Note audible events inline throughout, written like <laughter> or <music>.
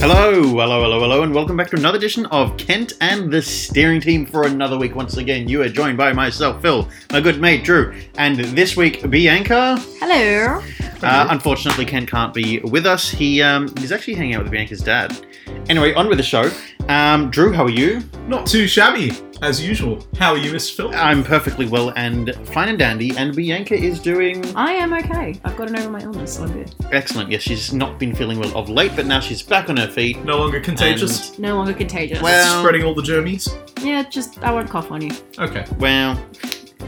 Hello, hello, hello, hello, and welcome back to another edition of Kent and the Steering Team for another week. Once again, you are joined by myself, Phil, my good mate Drew, and this week Bianca. Hello. Uh, unfortunately, Ken can't be with us. He um, he's actually hanging out with Bianca's dad. Anyway, on with the show. Um, Drew, how are you? Not too shabby, as usual. How are you, Miss Phil? I'm perfectly well and fine and dandy. And Bianca is doing I am okay. I've gotten over my illness, so I'm good. excellent. Yes, she's not been feeling well of late, but now she's back on her feet. No longer contagious? No longer contagious. Well- And- Spreading all the germies? yeah, just I won't cough on you. Okay. Well,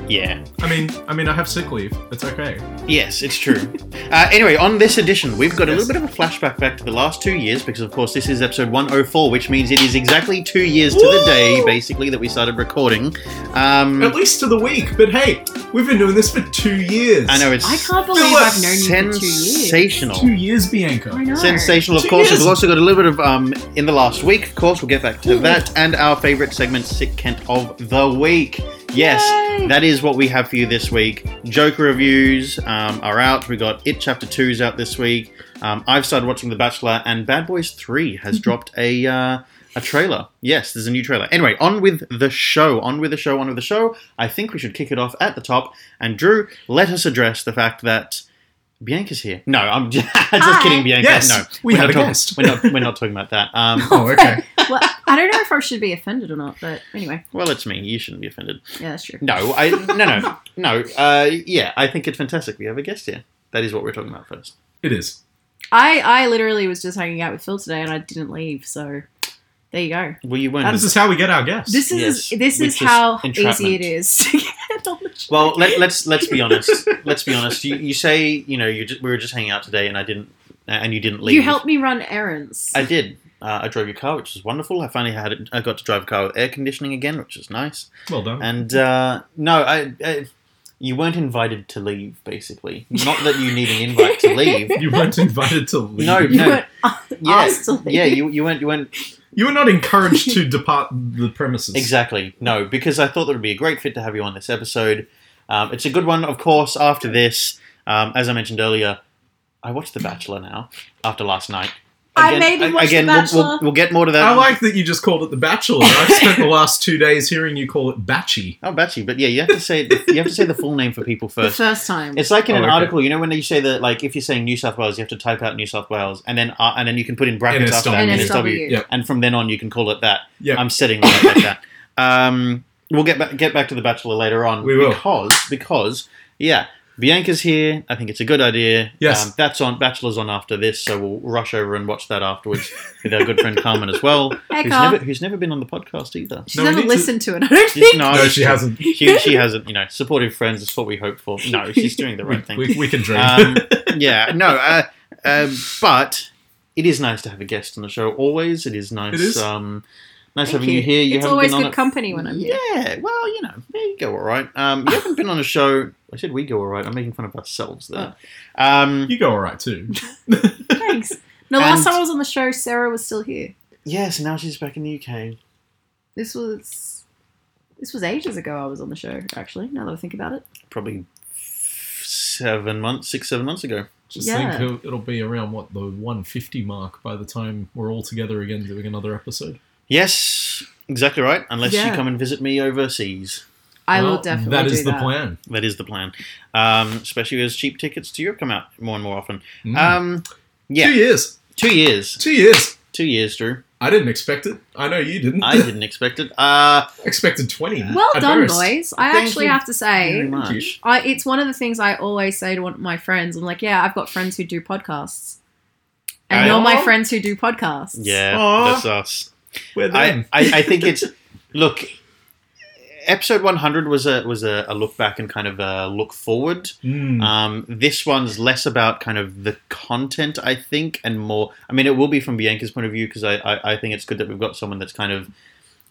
yeah. I mean, I mean, I have sick leave. It's okay. Yes, it's true. <laughs> uh, anyway, on this edition, we've got a Yes. little bit of a flashback back to the last two years because, of course, this is episode 104, which means it is exactly two years to the day, Woo! basically, that we started recording. Um, At least to the week. But hey, we've been doing this for two years. I know it's I can't believe Philip, I've known you for two years. sensational. Two years, Bianca. I know. Sensational, of Two course. years. We've also got a little bit of um in the last week, of course. We'll get back to Ooh. that and our favorite segment, Sick Kent of the Week. Yes, Yay. that is what we have for you this week. Joker reviews um, are out. We got It Chapter 2's out this week. Um, I've started watching The Bachelor, and Bad Boys 3 has Mm-hmm. dropped a. Uh, a trailer. Yes, there's a new trailer. Anyway, on with the show. On with the show. On with the show. I think we should kick it off at the top. And Drew, let us address the fact that Bianca's here. No, I'm <laughs> just, Hi. kidding, Bianca. Yes, no, we we're have not a talking- guest. We're not, we're not talking about that. <laughs> Um, Oh, <laughs> okay. well, I don't know if I should be offended or not, but anyway, well, it's me. You shouldn't be offended. yeah, that's true. No, I no no no. Uh, yeah, I think it's fantastic. We have a guest here. That is what we're talking about first. it is. I I literally was just hanging out with Phil today and I didn't leave, so there you go. Well, you weren't. This is how we get our guests. This is Yes, this which is is how easy entrapment. it is to get <laughs> on the show. well, let, let's let's be <laughs> honest. Let's be honest. You, you say you know you just, we were just hanging out today, and I didn't, and you didn't leave. you helped me run errands. I did. Uh, I drove your car, which was wonderful. I finally had it, I got to drive a car with air conditioning again, which is nice. well done. And uh, no, I, I you weren't invited to leave. Basically, not that you need an invite to leave. you weren't invited to leave. No. you went Yeah, asked to leave. yeah, you you weren't you <laughs> weren't You were not encouraged to depart the premises. exactly no because I thought that would be a great fit to have you on this episode. Um, it's a good one, of course. After this, um, as I mentioned earlier, I watched The Bachelor now after last night. I made him watch The again, we'll- We'll, Bachelor. we'll get more to that. I like that you just called it The Bachelor. I've spent the last two days hearing you call it Batchy. oh Bachelor, but yeah, you have to <laughs> say you have to say the full name for people the first. first time. It's like in Oh, an okay. article, you know, when you say that, like, if you're saying New South Wales, you have to type out New South Wales, and then uh, and then you can put in brackets after that NSW. NSW, NSW. Yeah. and from then on you can call it that. Yeah. I'm setting that like that. Um, we'll get back get back to the Bachelor later on. We will. because because yeah, Bianca's here. I think it's a good idea. Um, Yes. that's on Bachelor's on after this, so we'll rush over and watch that afterwards with our good friend Carmen as well, Hey, who's Carl. never who's never been on the podcast either. She's No, we never need to- listened to, it. I don't think. no, No, she hasn't. She, she hasn't. You know, supportive friends is what we hope for. No, she's doing the <laughs> right thing. We, we can <laughs> dream. um, yeah, no, uh, um, but it is nice to have a guest on the show. Always, it is nice. It is. Um, nice Thank having you, you. here. You it's haven't always been on good a- company when I'm here. Yeah, well, you know, there you go. All right. Um, you haven't been on a show. I said we go all right. I'm making fun of ourselves there. Oh. Um, you go all right too. Thanks. No, last And- time I was on the show, Sarah was still here. yes, now she's back in the UK. This was this was ages ago. I was on the show actually. Now that I think about it, Probably seven months, six, seven months ago. Just Yeah. think it'll, it'll be around what the 150 mark by the time we're all together again doing another episode. Yes, exactly right. Unless you Yeah. come and visit me overseas. I Well, will definitely. That is do the that. plan. That is the plan. Um, especially as cheap tickets to Europe come out more and more often. Mm. Um, yeah. Two years. Two years. Two years. Two years, Drew. I didn't expect it. I know you didn't. <laughs> I didn't expect it. Uh, expected 20. Well at done, most. boys. I Thank actually you have to very say, you. much. I, it's one of the things I always say to one of my friends. I'm like, yeah, I've got friends who do podcasts, and Right. you're my friends who do podcasts. Yeah, Aw. that's us. We're I, them. I, I think it's look. Episode 100 was a was a, a look back and kind of a look forward. <laughs> Mm. Um, this one's less about kind of the content, I think, and more. I mean, it will be from Bianca's point of view because I, I, I think it's good that we've got someone that's kind of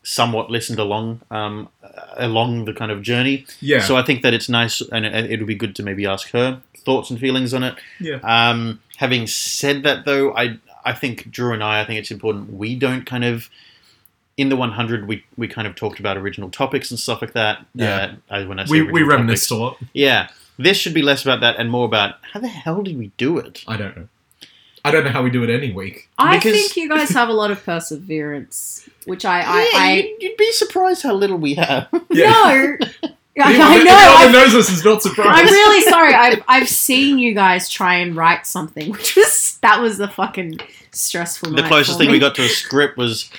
somewhat listened along um, along the kind of journey. yeah. So I think that it's nice, and it, it'll be good to maybe ask her thoughts and feelings on it. Yeah. Um, having said that, though, I I think Drew and I, I think it's important we don't kind of in the 100 we we kind of talked about original topics and stuff like that. Yeah. Uh, I- when I say we original we reminisced topics- a lot. Yeah. This should be less about that and more about how the hell did we do it? I don't know. I don't know how we do it any week. I Because- <laughs> think you guys have a lot of perseverance, which I, I, yeah, I <laughs> you'd, you'd be surprised how little we <laughs> have. <laughs> no. I, Anyone I that- know. anyone I, that knows us is not surprised. I'm really sorry. I've, I've seen you guys try and write something, <laughs> which was that was the fucking stressful. the night closest for thing me. we got to a script was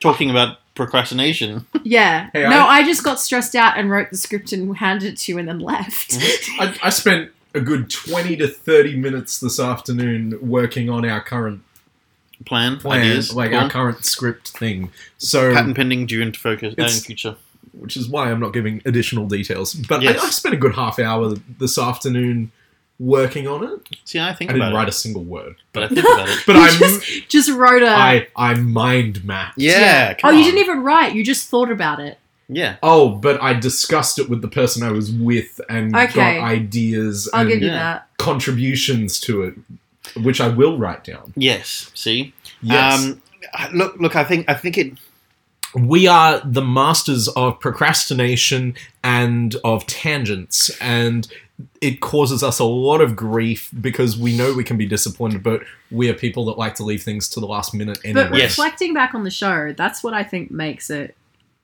talking about procrastination. Yeah. Hey, no, I- I, just got stressed out and wrote the script and handed it to you and then left. Mhm. I, I spent a good 20 to 30 minutes this afternoon working on our current Plan, plan, ideas, like cool. our current script thing. So, patent pending, due in focus, uh, in It's- future. which is why I'm not giving additional details. But Yes. I, I spent a good half hour this afternoon working on it. See, I think I didn't about write it, a single word. but I think about it. <laughs> But You I'm, just, <laughs> just wrote a. I, I mind mapped. uh, Yeah. Oh, come you on. didn't even write. You just thought about it. Yeah, Oh, but I discussed it with the person I was with and Okay. got ideas I'll and give you Yeah. that. contributions to it, which I will write down. yes. See, Yes. Um, look, look. I think, I think it. we are the masters of procrastination and of tangents and it causes us a lot of grief because we know we can be disappointed but we are people that like to leave things to the last minute anyway But Yes. reflecting back on the show, that's what I think makes it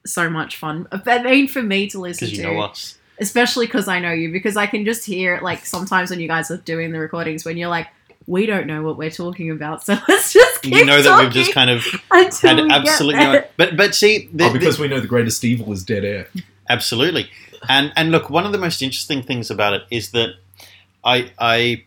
so much fun. I mean, for me to listen Because you to, know us. especially because I know you, because I can just hear it. Like sometimes when you guys are doing the recordings, when you're like, we don't know what we're talking about, so <laughs> let's just keep You know that we've just talking kind of until had we get absolutely there." <laughs> no. But but see, the, Oh, because we know the greatest evil is dead air Absolutely. And and look, one of the most interesting things about it is that I I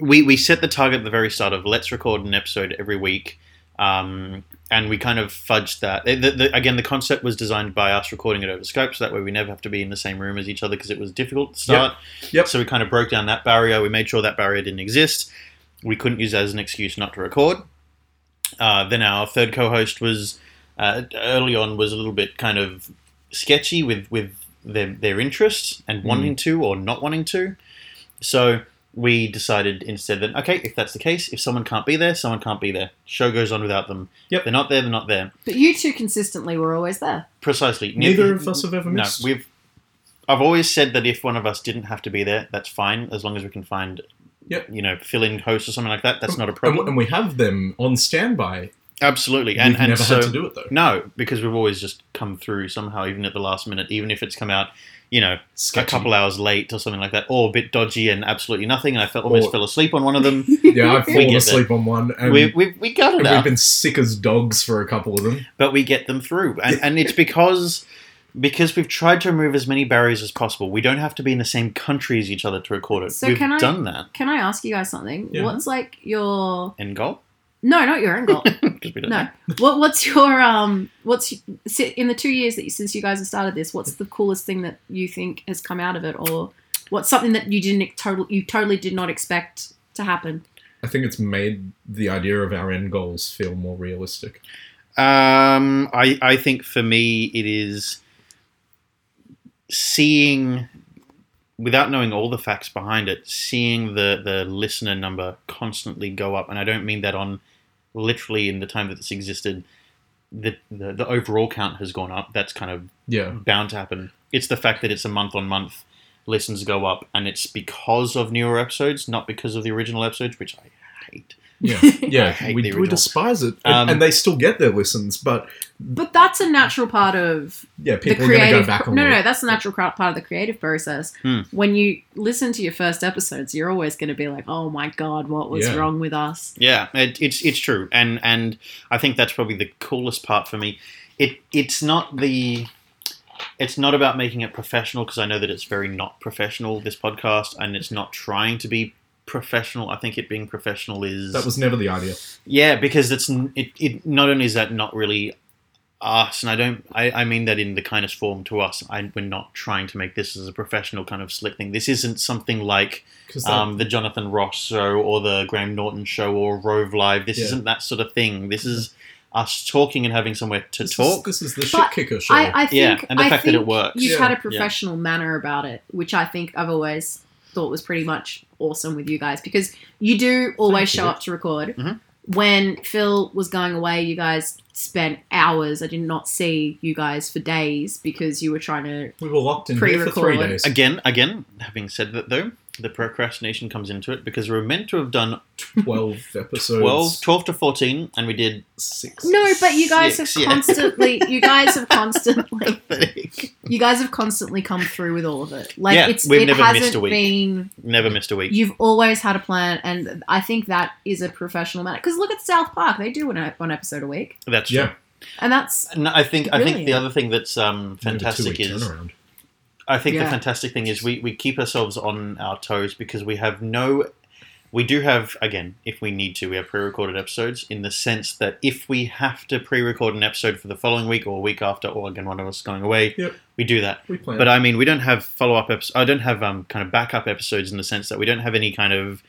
we we set the target at the very start of let's record an episode every week. Um, and we kind of fudged that. The- the- the- again, the concept was designed by us recording it over Skype, so that way we never have to be in the same room as each other because it was difficult to start. Yep. So we kind of broke down that barrier. We made sure that barrier didn't exist. We couldn't use that as an excuse not to record. Uh, then our third co-host was uh, early on was a little bit kind of sketchy with with their their interests and Mm. wanting to or not wanting to. So we decided instead that okay, if that's the case, if someone can't be there, someone can't be there. Show goes on without them. Yep. They're not there. They're not there. But you two consistently were always there. Precisely. Neither of us have ever No, missed. we've. I've always said that if one of us didn't have to be there, that's fine, as long as we can find, Yep. you know, fill-in host or something like that. That's not a and, problem. we- and we have them on standby Absolutely, and we've and never so had to do it though no, because we've always just come through somehow, even at the last minute, even if it's come out, you know, a Sketchy. couple hours late or something like that, or a bit dodgy and absolutely nothing, and I felt almost Or- fell asleep on one of <laughs> them. yeah <laughs> i've We fallen get asleep on one and we, we we got it and out. we've been sick as dogs for a couple of them but we get them through and, and it's because because we've tried to remove as many barriers as possible we don't have to be in the same country as each other to record it So we've can I- done that <laughs> Can I ask you guys something? Yeah. What's like your end goal no, not your <laughs> end goal. 'Cause we don't No. know. What What's your um? What's si- in the two years that you, since you guys have started this? What's the coolest thing that you think has come out of it, or what's something that you didn't total you totally did not expect to happen? i think it's made the idea of our end goals feel more realistic um i i think for me it is seeing without knowing all the facts behind it seeing the the listener number constantly go up and i don't mean that on literally in the time that this existed the, the the overall count has gone up that's kind of yeah bound to happen. It's the fact that it's a month on month listens go up, and it's because of newer episodes, not because of the original episodes, which I hate. <laughs> Yeah, I yeah, hate we, the we original. despise it, Um, and, and they still get their listens. But But that's a natural part of yeah, people the are going to creative. go back on no, no, it. that's a natural cra- part of the creative process. Hmm. When you listen to your first episodes, you're always going to be like, "Oh my god, what was Yeah. wrong with us?" Yeah, it, it's it's true, and and I think that's probably the coolest part for me. It it's not the it's not about making it professional because I know that it's very not professional this podcast, and it's not trying to be professional. I think it being professional is That was never the idea. Yeah, because it's n- it, it. Not only is that not really us, and I don't. I, I mean that in the kindest form to us. I, we're not trying to make this as a professional kind of slick thing. This isn't something like 'Cause that- um, the Jonathan Ross show or the Graham Norton show or Rove Live. This Yeah. isn't that sort of thing. This is us talking and having somewhere to this is- talk. this is the But shit kicker show. I, I think Yeah, and the I fact that it think works. You've Yeah. had a professional manner about it, which I think I've always thought was pretty much awesome with you guys because you do always Thank show you. Mm-hmm. up to record. Mhm. When Phil was going away, you guys spent hours. I did not see you guys for days because you were trying to. we were locked in here for three <laughs> Pre-record. days. again, again. Having said that, though, the procrastination comes into it because we we're meant to have done 12 episodes. 12, 12 to 14 and we did <laughs> six. No, but you guys Six, have yeah. <laughs> constantly, you guys have constantly, 30. you guys have constantly come through with all of it. Like Yeah, it's we've it never missed hasn't a week. been. Never missed a week. You've always had a plan, and I think that is a professional matter. Because look at South Park; they do an, one episode a week, That's true. Yeah. and that's And I think I think Really? the other thing that's um, we have a fantastic two-week is turnaround. I think the Yeah. fantastic thing is we, we keep ourselves on our toes because we have no we do have again if we need to we have pre-recorded episodes in the sense that if we have to pre-record an episode for the following week or week after or again one of us going away Yep. we do that We plan. but I mean, we don't have follow up episodes. I don't have um, kind of backup episodes in the sense that we don't have any kind of,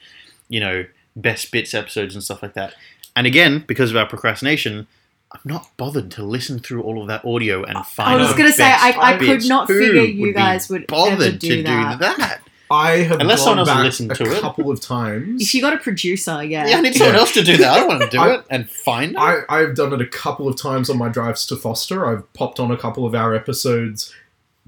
you know, best bits episodes and stuff like that. And again, because of our procrastination, I'm not bothered to listen through all of that audio and find. I was the going to say, best I, I could bits. not Who figure you would be guys would bothered ever do to that. do that. I have Unless gone someone else back listened a to it. couple of times. If you got a producer, <laughs> yeah, Yeah, I need someone Yeah. else to do that. <laughs> I don't want to do I- it and find. it. I, I've done it a couple of times on my drives to Foster. I've popped on a couple of our episodes,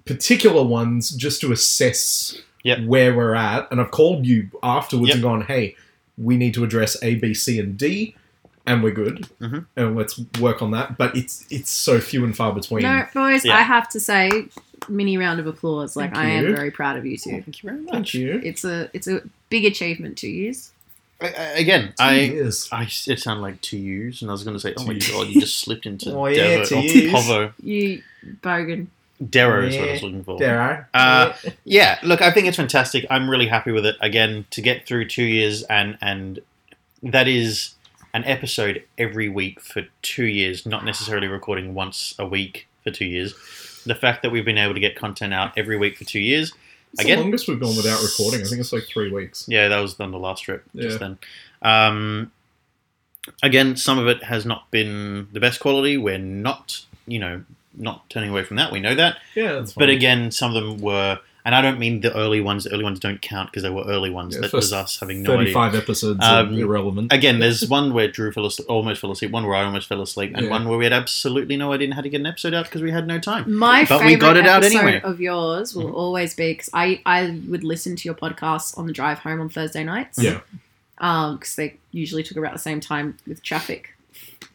particular ones, just to assess Yep. where we're at. And I've called you afterwards Yep. and gone, hey, we need to address A, B, C, and D, and we're good. Mhm. And let's work on that. But it's it's so few and far between. No, boys, Yeah. I have to say, mini round of applause. Like Thank I you. am very proud of you two. Thank you very Thank much. you. It's a it's a big achievement. Two years. I, I- again, I, Years. I it sounded like two U's, and I was going to say, oh my Two Us. god, you just slipped into Oh, yeah, Devo- two or Us. Povo. You bogan. Darrow is what I Yeah. was looking for. Dare I? Uh, Yeah, look, I think it's fantastic. I'm really happy with it. Again, to get through two years and and that is an episode every week for two years, not necessarily recording once a week for two years. The fact that we've been able to get content out every week for two years, it's again- the longest we've gone without recording. I think it's like three weeks. yeah, that was on the last trip just Yeah. then. Um, again, some of it has not been the best quality. We're not, you know, not turning away from that. We know that. Yeah, that's fine. But again, some of them were, and I don't mean the early ones. The early ones don't count because they were early ones. Yeah, that first was us having no idea. 35 episodes Um, are <laughs> irrelevant. <laughs> Again, there's one where Drew fell asleep, almost fell asleep. One where I almost fell asleep, and Yeah. one where we had absolutely no idea how to get an episode out because we had no time. My But favorite we got it out episode anyway. of yours will Mhm. always be because I I would listen to your podcasts on the drive home on Thursday nights. Yeah. Um, because they usually took about the same time with traffic.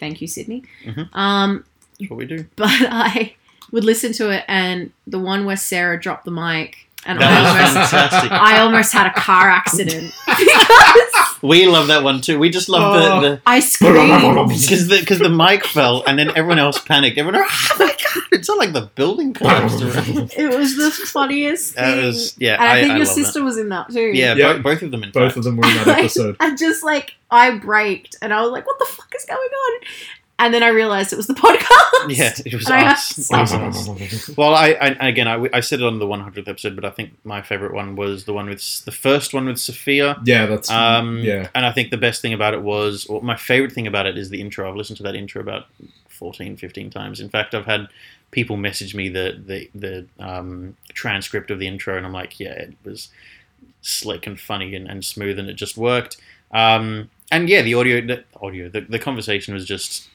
Thank you, Sydney. Mhm. Um, <laughs> That's what we do. but I would listen to it, and the one where Sarah dropped the mic, and That I was almost fantastic. I almost had a car accident <laughs> because We love that one too. We just love Oh. the. the I screamed. because the, cause the mic fell and then everyone else panicked. Everyone, oh my god! It's not like the building collapsed. <laughs> around. It was the funniest that thing. was yeah. and I, think your love sister was in that too. That. Yeah, Yeah. Both, both of them. In Both fact. of them were in <laughs> that episode. I just like I braked and I was like, "What the fuck is going on?" And then I realized it was the <laughs> <laughs> podcast. Yeah, it was And I have us. to It say- was us. Well, I, I again, I, I said it on the 100th episode, but I think my favorite one was the one with the first one with Sophia. yeah, that's Um, yeah. And I think the best thing about it was, or my favorite thing about it is the intro. I've listened to that intro about 14, 15 times. In fact, I've had people message me the the the um, transcript of the intro, and I'm like, yeah, it was slick and funny and, and smooth, and it just worked. Um, and yeah, the audio, the audio, the, the conversation was just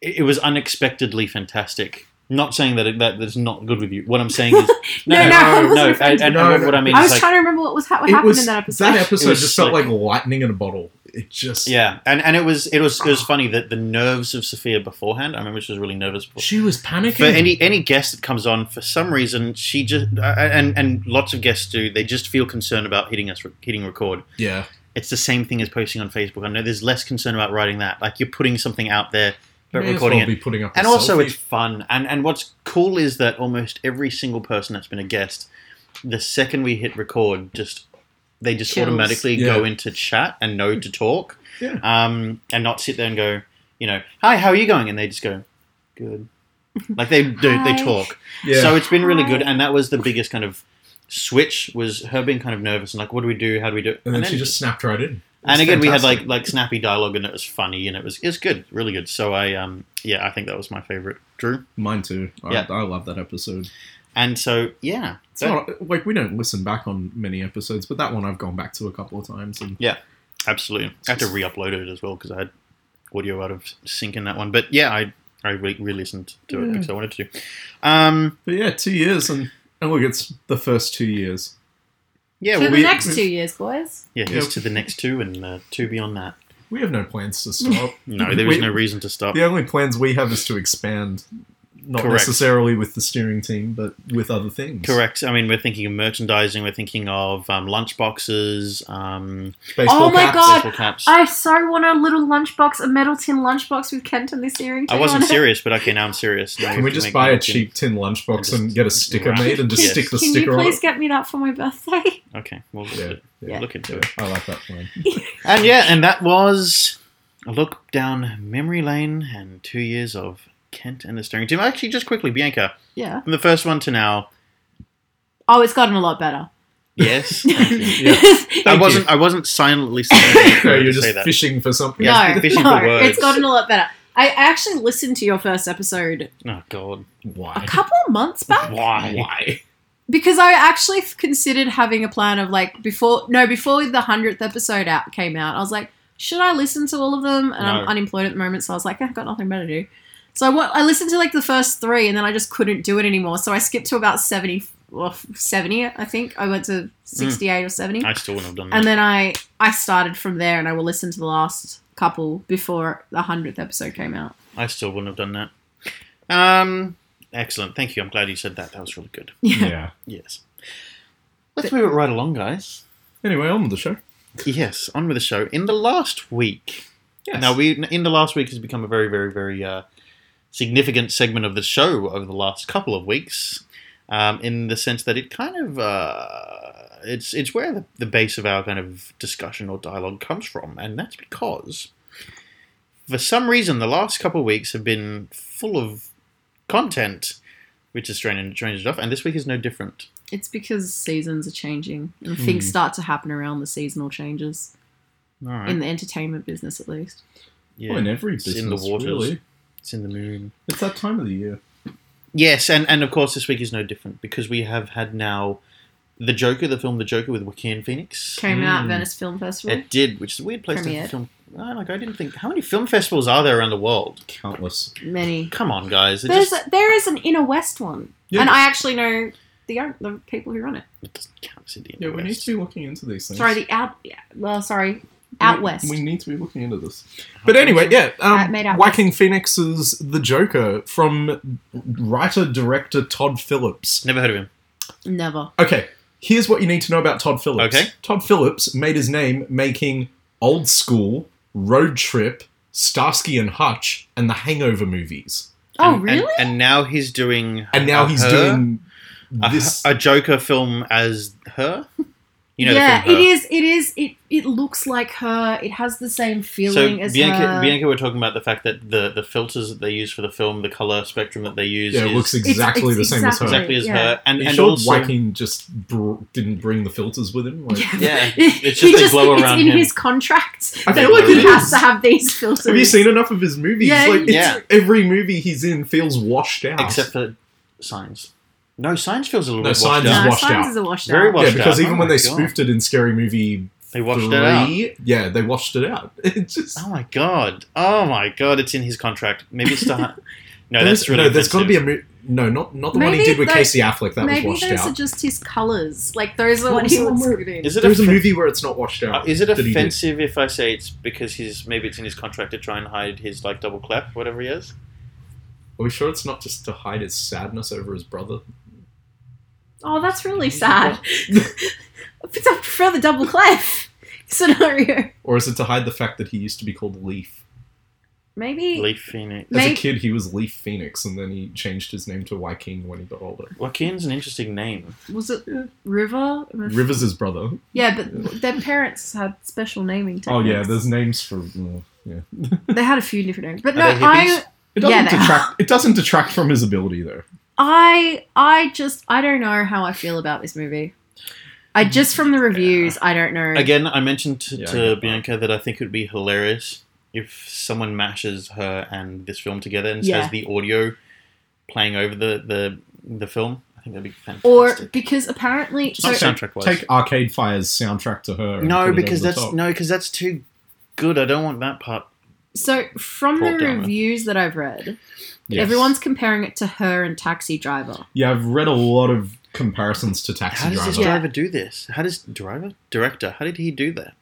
it, it was unexpectedly fantastic. Not saying that it, that that's not good with you. What I'm saying <laughs> is No, no, I wasn't no, and- offended. and, No, what- no. what I mean I is was like, trying to remember what was ha- what It happened was in that episode. that episode It was just felt slick. like lightning in a bottle. It just yeah, and and it was it was it was funny that the nerves of Sophia beforehand. I remember she was really nervous. Before. She was panicking. For any any guest that comes on, for some reason, she just uh, and and lots of guests do. They just feel concerned about hitting us hitting record. yeah, It's the same thing as posting on Facebook. I know there's less concern about writing that. Like you're putting something out there, but May as recording well it. be putting up. a And also, selfie. it's fun. And and what's cool is that almost every single person that's been a guest, the second we hit record, just they just Chills. automatically go Yeah. into chat and know to talk, Yeah. um, and not sit there and go, you know, hi, how are you going? And they just go, good. Like they do, they Hi. talk. yeah. So it's been really good, Hi. and that was the biggest kind of switch was her being kind of nervous and like, what do we do? How do we do? it? and then she just snapped right in. It was and again, we had fantastic. like like snappy dialogue, and it was funny, and it was it was good, really good. So I um yeah, I think that was my favorite, Drew. mine too. I, Yeah. I love that episode. And so yeah, It's that- not like we don't listen back on many episodes, but that one I've gone back to a couple of times. And absolutely. I had to re-upload it as well because I had audio out of sync in that one. But yeah, I I re- re-listened to it Yeah. because I wanted to. Um but yeah, two years and and look, it's the first two years. Yeah, to well, the we- next we- two years, boys. Yeah, Yeah. here's to the next two and uh, two beyond that. We have no plans to stop. No, there is We- no reason to stop. The only plans we have is to expand, not Oh. Correct. necessarily with the steering team, but with other things. Correct. I mean, we're thinking of merchandising. We're thinking of um, lunch boxes, um, Baseball Oh my caps. God, baseball caps. I, I so want a little lunchbox, a metal tin lunchbox with Kent and this earring. thing wasn't on it. serious, but okay, now I'm serious. Now we Can we have to just make buy a merch and- cheap tin lunchbox and and, just get a sticker wrap- made and just Yes. stick the Can you sticker on please it? get me that for my birthday? <laughs> Okay, well, Yeah, yeah. look into Yeah, it. I like that plan. And yeah, and that was a look down memory lane and two years of Kent and the steering team. Actually, just quickly, Bianca, Yeah. from the first one to now. Oh, it's gotten a lot better. Yes, <laughs> thank you. <laughs> Yeah. I Thank wasn't. I wasn't silently <laughs> saying. No, to you're say just that. fishing for something. Yeah, no, fishing for no, words. it's gotten a lot better. I I actually listened to your first episode Oh God, a Why? couple of months back why? <laughs> Why? because I actually f- considered having a plan of like before no before the hundredth episode out came out. I was like, should I listen to all of them? And I'm No. unemployed at the moment, so I was like, "Eh, I've got nothing better to do. So I, wa- I listened to like the first three, and then I just couldn't do it anymore. So I skipped to about seventy, well, f- seventy, I think. I went to sixty-eight or seventy. I still wouldn't have done that. and then I I started from there, and I will listen to the last couple before the hundredth episode came out. <laughs> I still wouldn't have done that. Um, excellent. Thank you. I'm glad you said that. That was really good. Yeah. Yeah. Yes. Let's move it right along, guys. Anyway, on with the show. Yes, on with the show. In the last week, Yes. now we in the last week has become a very, very, very uh, significant segment of the show over the last couple of weeks, um, in the sense that it kind of uh, it's it's where the, the base of our kind of discussion or dialogue comes from, and that's because for some reason the last couple of weeks have been full of content, which is strange and strange enough, and this week is no different. It's because seasons are changing and things Hmm. start to happen around the seasonal changes All right, in the entertainment business, at least. yeah, Well, in every It's business, in the waters. really. it's in the moon. It's that time of the year. Yes, and, and of course this week is no different because we have had now the Joker, the film The Joker with Joaquin Phoenix. Came out at Mm. Venice Film Festival. Hmm. It did, which is a weird place to have Premiered. a film. I, like I didn't think how many film festivals are there around the world? Countless. Many. Come on, guys! It There's just a, there is an Inner West one, Yeah. and I actually know the young, the people who run it. it doesn't count as Indian Yeah, we need West. to be looking into these things. Sorry, the out. yeah, Well, sorry, out we, west. We need to be looking into this. But anyway, yeah, Uh, um, made out Whacking Phoenix's The Joker from writer director Todd Phillips. Never heard of him. never. Okay, here's what you need to know about Todd Phillips. Okay. Todd Phillips made his name making Old School, Road Trip, Starsky and Hutch, and the Hangover movies. Oh, And- and- really? And, now he's doing. And now a he's her- doing a, this. a Joker film as her. You know, yeah, the film uh, it her. is. It is. It it looks like her. It has the same feeling So as Bianca, her. Bianca, we're talking about the fact that the the filters that they use for the film, the color spectrum that they use, yeah, it is looks It's- exactly it's the same as her. exactly as yeah. her, and Are you and sure also Joaquin just br- didn't bring the filters with him? Like, <laughs> <laughs> Yeah, it's just they glow it's around in him. his contract I that feel like he it has is. to have these filters. Have you seen enough of his movies? Yeah, like, it's- yeah. every movie he's in feels washed out. except for signs. No, signs feels a little No, bit washed Signs No, is out. washed Signs out. is a washed Very out. washed yeah, because out. even Oh when my they God. spoofed it in Scary Movie They washed it out. Three, yeah, they washed it out. <laughs> It just Oh my god! Oh my god! It's in his contract. Maybe it's <laughs> the. no, that's really. no. There's got to be offensive. a mo- no, not not the one Maybe he did with those- Casey Affleck that Maybe was washed those are out. just his colours. Like those are What what was he the looks word? good in. Is it There's a offen- movie where it's not washed uh, out. Is it that he did. offensive if I say it's because he's maybe it's in his contract to try and hide his like double clap, whatever he is? Are we sure it's not just to hide his sadness over his brother? Oh, that's really sad. <laughs> It's a further double clef <laughs> scenario. Or is it to hide the fact that he used to be called Leaf? Maybe Leaf Phoenix. As a Maybe- kid, he was Leaf Phoenix, and then he changed his name to Joaquin when he got older. Joaquin's an interesting name. was it River? Rivers' his brother. Yeah, but their parents had special naming. Oh yeah, techniques. there's names for uh, yeah. they had a few different names. But Are no, they hippies? I It doesn't Yeah, they detract. It doesn't detract from his ability though. I I just I don't know how I feel about this movie. I just from the reviews, I don't know. Again, I mentioned to, Yeah, I to get that. Bianca that I think it would be hilarious if someone mashes her and this film together and Yeah. has the audio playing over the the, the film. I think that'd be fantastic. or because apparently so not soundtrack wise. Take Arcade Fire's soundtrack to her. and put No, it because over the that's top. no, because that's too good. I don't want that part. so from the Brought down, reviews that I've read, Yes. everyone's comparing it to her and Taxi Driver. Yeah, I've read a lot of comparisons to Taxi How does this Driver. Yeah. driver do this? How does driver director? How did he do that?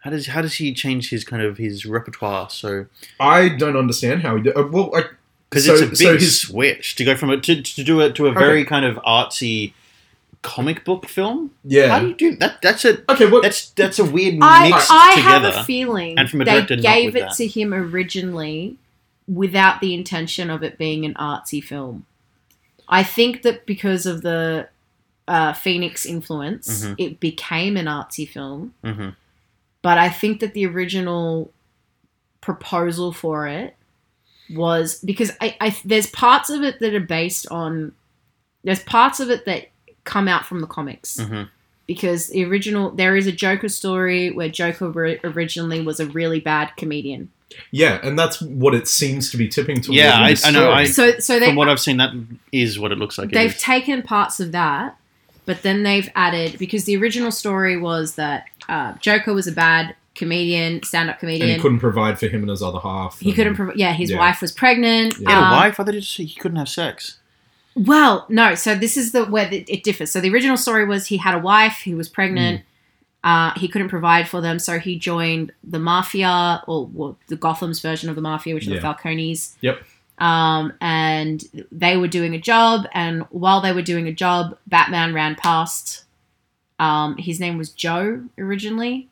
How does how does he change his kind of his repertoire? So I don't understand how he did. Uh, well, I, because So- it's a big so his- switch to go from a to, to do it to a very kind of artsy comic book film. How do yeah. you do that? That's a Okay, what? that's that's a weird I, mix I together. have a feeling and from a they director not gave with it that. to him originally without the intention of it being an artsy film. I think that because of the uh, Phoenix influence, Mhm. it became an artsy film. hmm But I think that the original proposal for it was because I, I there's parts of it that are based on there's parts of it that come out from the comics hmm because the original there is a Joker story where Joker ri- originally was a really bad comedian. Yeah, and that's what it seems to be tipping towards. Yeah, in I- this I know, story. I- So so they From what I've seen, that is what it looks like. it they've is. taken parts of that, but then they've added because the original story was that uh, Joker was a bad comedian, stand-up and he comedian. couldn't provide for him and his other half. He and- couldn't. Prov- yeah, his Yeah. wife was pregnant. He had um, a wife. I thought he just he couldn't have sex. Well, no. So this is the where the, it differs. So the original story was he had a wife, he was pregnant, uh, he couldn't provide for them, so he joined the mafia or well, the Gotham's version of the mafia, which are Yeah. the Falcones. Yep. Um, and they were doing a job, and while they were doing a job, Batman ran past. Um, his name was Joe originally.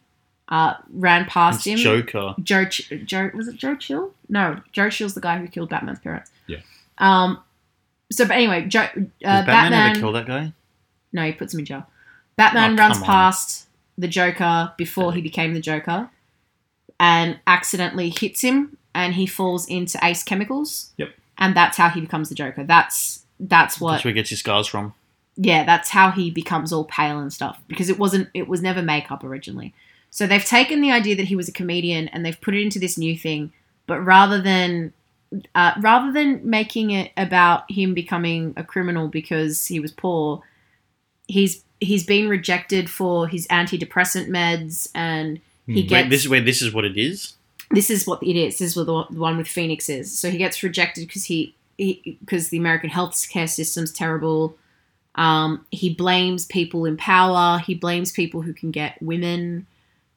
Uh, ran past him. It's Joker. Joe, Ch- Joe was it Joe Chill? No, Joe Chill's the guy who killed Batman's parents. Yeah. Um. So, but anyway, Joe, uh, Does Batman. Batman, ever kill that guy? no, he puts him in jail. Batman Oh, runs come on. past the Joker before he became the Joker, and accidentally hits him, and he falls into Ace Chemicals. Yep. And that's how he becomes the Joker. That's that's what. That's where he gets his scars from. yeah, that's how he becomes all pale and stuff because it wasn't. It was never makeup originally. So they've taken the idea that he was a comedian and they've put it into this new thing. But rather than uh, rather than making it about him becoming a criminal because he was poor, he's he's been rejected for his antidepressant meds and he Hmm. gets Wait, this is where this is what it is. this is what it is. This is what the the one with Phoenix is. So he gets rejected because he because the American health care system's terrible. Um, he blames people in power. He blames people who can get women.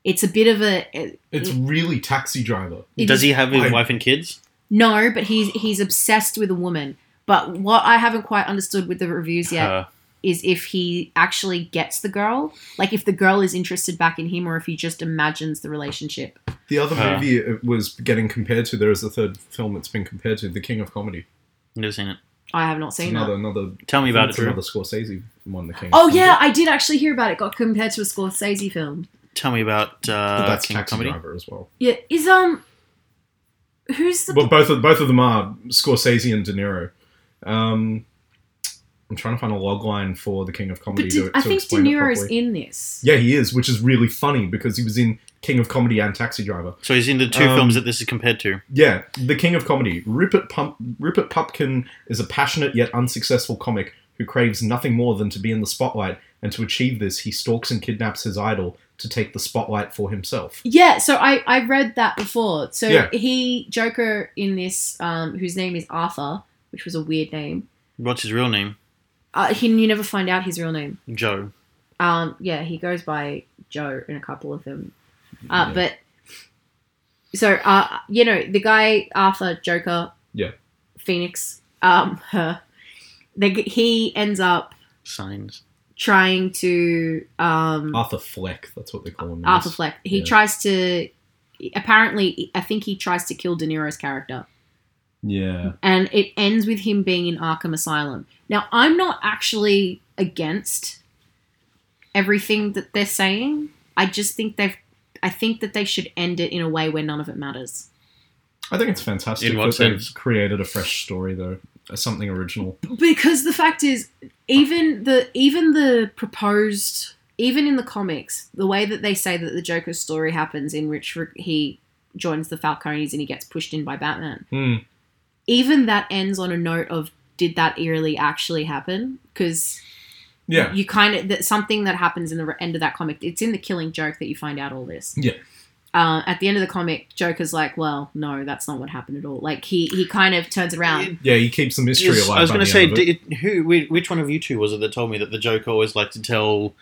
It's a bit of a It's really Taxi Driver. It Does is- he have his I- wife and kids? no, but he's he's obsessed with a woman. But what I haven't quite understood with the reviews yet Her. is if he actually gets the girl, like if the girl is interested back in him, or if he just imagines the relationship. The other Uh. movie it was getting compared to. There is a third film it's been compared to, The King of Comedy. Never seen it. I have not It's seen another that. another Tell me about it, it's Drew. another Scorsese one. The King. of Oh Comedy. yeah, I did actually hear about it. Got compared to a Scorsese film. Tell me about But uh, that's King of Taxi Comedy. Driver as well. Yeah, is um, who's the Well, both of both of them are Scorsese and De Niro. Um, I'm trying to find a log line for The King of Comedy. but to, did, to I think De explain it Niro's properly. in this. Yeah, he is, which is really funny because he was in King of Comedy and Taxi Driver. So he's in the two Um, films that this is compared to. Yeah, the king of comedy. Rupert, Pump- Rupert Pupkin is a passionate yet unsuccessful comic who craves nothing more than to be in the spotlight, and to achieve this, he stalks and kidnaps his idol to take the spotlight for himself. Yeah, so I I read that before. So Yeah. he Joker in this um whose name is Arthur, which was a weird name. What's his real name? Uh, he you never find out his real name. Joe. Um yeah, he goes by Joe in a couple of them. Uh Yeah. but so uh you know, the guy Arthur Joker Yeah. Phoenix um <laughs> her they, g- he ends up Signs. trying to um Arthur Fleck, that's what they call him. in Arthur this. Fleck. He Yeah. tries to apparently I think he tries to kill De Niro's character. Yeah. And it ends with him being in Arkham Asylum. Now I'm not actually against everything that they're saying. I just think they've I think that they should end it in a way where none of it matters. I think it's fantastic In that what sense? they've created a fresh story, though. uh, Something original. Because the fact is even the even the proposed even in the comics, the way that they say that the Joker's story happens in which he joins the Falcones and he gets pushed in by Batman. Hmm. even that ends on a note of did that eerily actually happen because Yeah. you kind of that something that happens in the re- end of that comic it's in the killing joke that you find out all this Yeah. uh, at the end of the comic, Joker's like, "Well, no, that's not what happened at all." Like he he kind of turns around. Yeah, he keeps the mystery Yes, alive. I was by going to the say, end of it. did, who, whi- which one of you two was it that told me that the Joker always liked to tell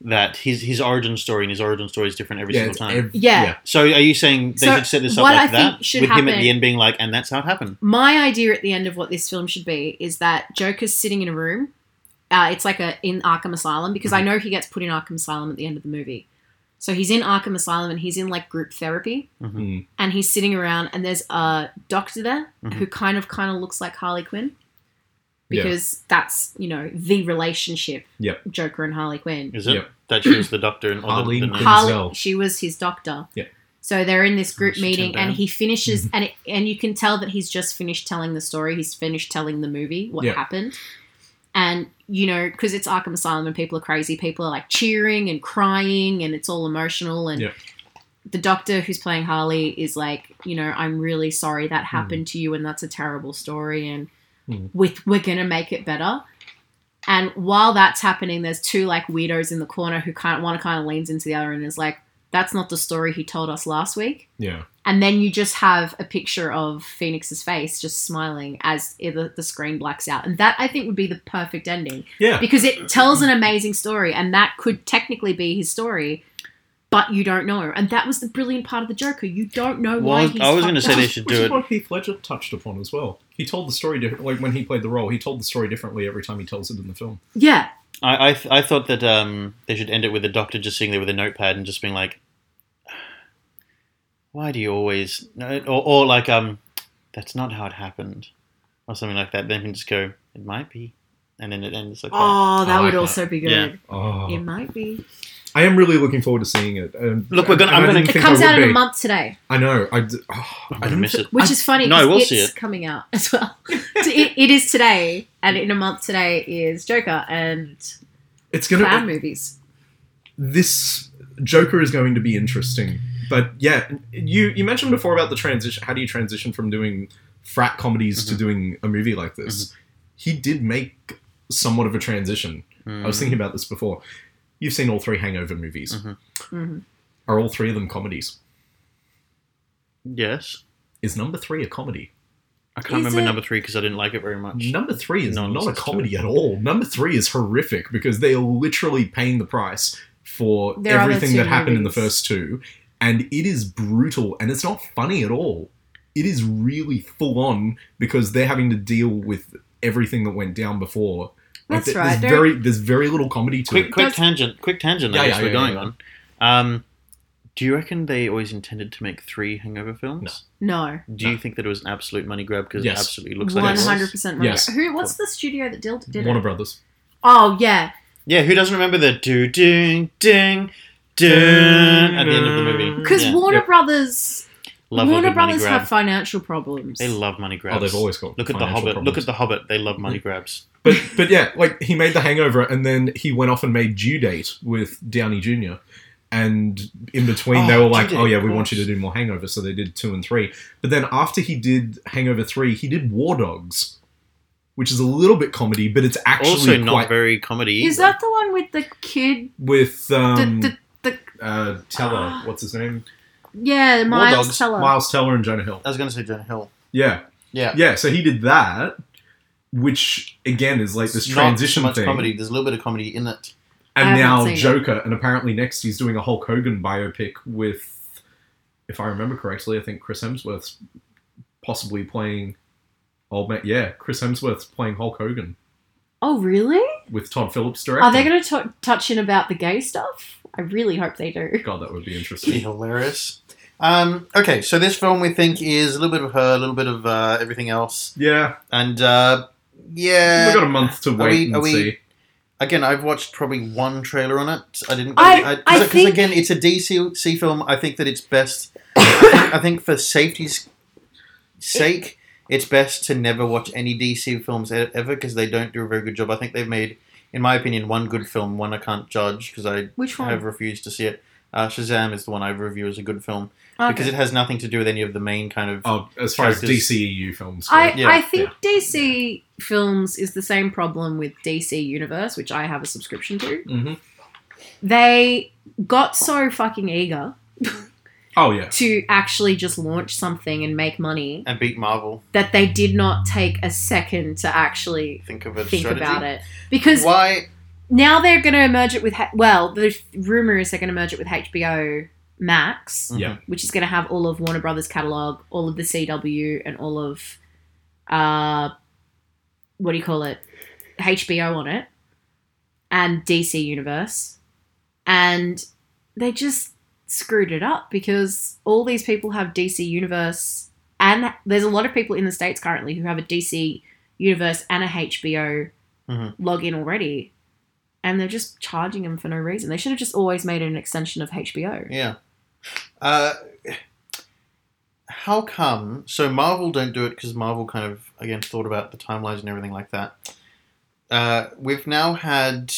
that his his origin story and his origin story is different every yeah, single it's time? ev- Yeah. so are you saying they So should set this up what like I that think should with him at happen- the end being like, and that's how it happened? My idea at the end of what this film should be is that Joker's sitting in a room. Uh, it's like a in Arkham Asylum because Mhm. I know he gets put in Arkham Asylum at the end of the movie. So he's in Arkham Asylum and he's in like group therapy Mhm. and he's sitting around and there's a doctor there Mhm. who kind of kind of looks like Harley Quinn Mm-hmm. Yeah. because that's, you know, the relationship Yep. Joker and Harley Quinn. Is it Yep. that she was the doctor and or the- Harleen the, Quinn. nurse? Harley, Denzel. she was his doctor. Yeah. So they're in this group She meeting, turned and down. he finishes, and it, and you can tell that he's just finished telling the story. He's finished telling the movie what Yeah. happened, and you know, because it's Arkham Asylum and people are crazy, people are like cheering and crying, and it's all emotional. And Yeah. the doctor who's playing Harley is like, you know, I'm really sorry that happened to you, and that's a terrible story, and Mm. with we're gonna make it better. And while that's happening, there's two like weirdos in the corner who kind of one kind of leans into the other and is like, "That's not the story he told us last week." yeah, And then you just have a picture of Phoenix's face just smiling as i- the, the screen blacks out, and that I think would be the perfect ending yeah, because it tells an amazing story, and that could technically be his story, but you don't know. And that was the brilliant part of the Joker. You don't know Well, I why. was- He's I was gonna fucked say up. they should Which do is it. what Heath Ledger touched upon as well. He told the story different. Like when he played the role, he told the story differently every time he tells it in the film. Yeah, I, I th- I thought that um, they should end it with the doctor just sitting there with a notepad and just being like, <sighs> "Why do you always?" no," Or, or like, um, "That's not how it happened," or something like that. Then you can just go, "It might be," and then it ends like that. oh, that I like would that. also be good. Yeah. Oh, It might be. I am really looking forward to seeing it. Um, Look, we're gonna- and I'm I gonna- didn't It think comes I would out in a be. month today. I know. I, d- oh, I'm I gonna don't miss thi- it. Which is funny. no, 'cause we'll it's see coming out as well. <laughs> So it, it is today, and in a month today is Joker and It's gonna. clown movies. this Joker is going to be interesting. But yeah, you you mentioned before about the transition. How do you transition from doing frat comedies to doing a movie like this? He did make somewhat of a transition. I Hmm. Mm-hmm. was thinking about this before. You've seen all three Hangover movies. Mhm. Mhm. Are all three of them comedies? yes, Is number three a comedy? I can't Is remember it- number three because I didn't like it very much. Number three is No one not a listens to comedy at all. Number three is horrific because they are literally paying the price for Their other everything that two happened in the movies. first two, and it is brutal and it's not funny at all. It is really full on because they're having to deal with everything that went down before. That's there- right, There's they're- very there's very little comedy to quick, it. quick Does- tangent. Quick tangent. Yeah, I guess yeah, we're yeah, going yeah. on. Um, do you reckon they always intended to make three Hangover films? No, Do you think that it was an absolute money grab? Because Yes. it absolutely looks like one it was. hundred percent. Yes. Who? What's the studio that did, did Warner it? Brothers. Oh yeah, Yeah, who doesn't remember the do ding ding ding at the end of the movie? because yeah. Warner Yep. Brothers. Love a Warner good money Brothers grab. have financial problems. They love money grabs. Oh, they've always got look at the financial Hobbit. problems. Mm-hmm. Look at the Hobbit. They love money grabs. But but yeah, like he made The Hangover, and then he went off and made Due Date with Downey Jr. And in between, they Oh, were like, Due Date, "Oh yeah, of we want you to course. do more Hangover," so they did two and three. But then after he did Hangover three, he did War Dogs, which is a little bit comedy, but it's actually also, not quite very comedy. Is either. that the one with the kid? with The, um, the, the uh, Teller. Ah. What's his name? yeah, Dogs, Miles Teller. Miles Teller and Jonah Hill. I was going to say Jonah Hill. Yeah, Yeah. yeah. So he did that, which again is like It's this transition not so much thing. comedy. There's a little bit of comedy in it. I and haven't now seen it. Joker, and apparently next he's doing a Hulk Hogan biopic with, if I remember correctly, I think Chris Hemsworth's possibly playing old man. Yeah, Chris Hemsworth's playing Hulk Hogan Oh really? with Todd Phillips directing. Are they going to t- touch in about the gay stuff? I really hope they do. God, that would be Be interesting. hilarious. Um, okay, so this film we think is a little bit of her, a little bit of uh, everything else, yeah, and uh, yeah, we've got a month to Uh, are wait we- and are we- see. Again, I've watched probably one trailer on it. I didn't. I- I because think- again, it's a DC C film. I think that it's <coughs> best. I, think, I think for safety's sake, it's best to never watch any DC films e- ever because they don't do a very good job. I think they've made, in my opinion, one good film. One I can't judge because I Which one? have refused to see it. Uh, Shazam is the one I review as a good film Okay. because it has nothing to do with any of the main kind of. Oh, as far as characters- DCEU films, go. I, Yeah, I think DC films is the same problem with DC Universe, which I have a Mm-hmm. subscription to. Mhm. They got so fucking eager Oh yeah. to actually just launch something and make money and beat Marvel. that they did not take a second to actually Think of a think strategy. about it because Why? now they're going to merge it with H- well the rumor is they're going to merge it with HBO Max Yeah. which is going to have all of Warner Brothers catalog all of the CW and all of uh what do you call it HBO on it and DC Universe and they just screwed it up because all these people have DC Universe and there's a lot of people in the states currently who have a DC Universe and a HBO Mhm. login already and they're just charging them for no reason. They should have just always made it an extension of HBO. Yeah. Uh, how come? So Marvel don't do it because Marvel kind of again thought about the timelines and everything like that. Uh, we've now had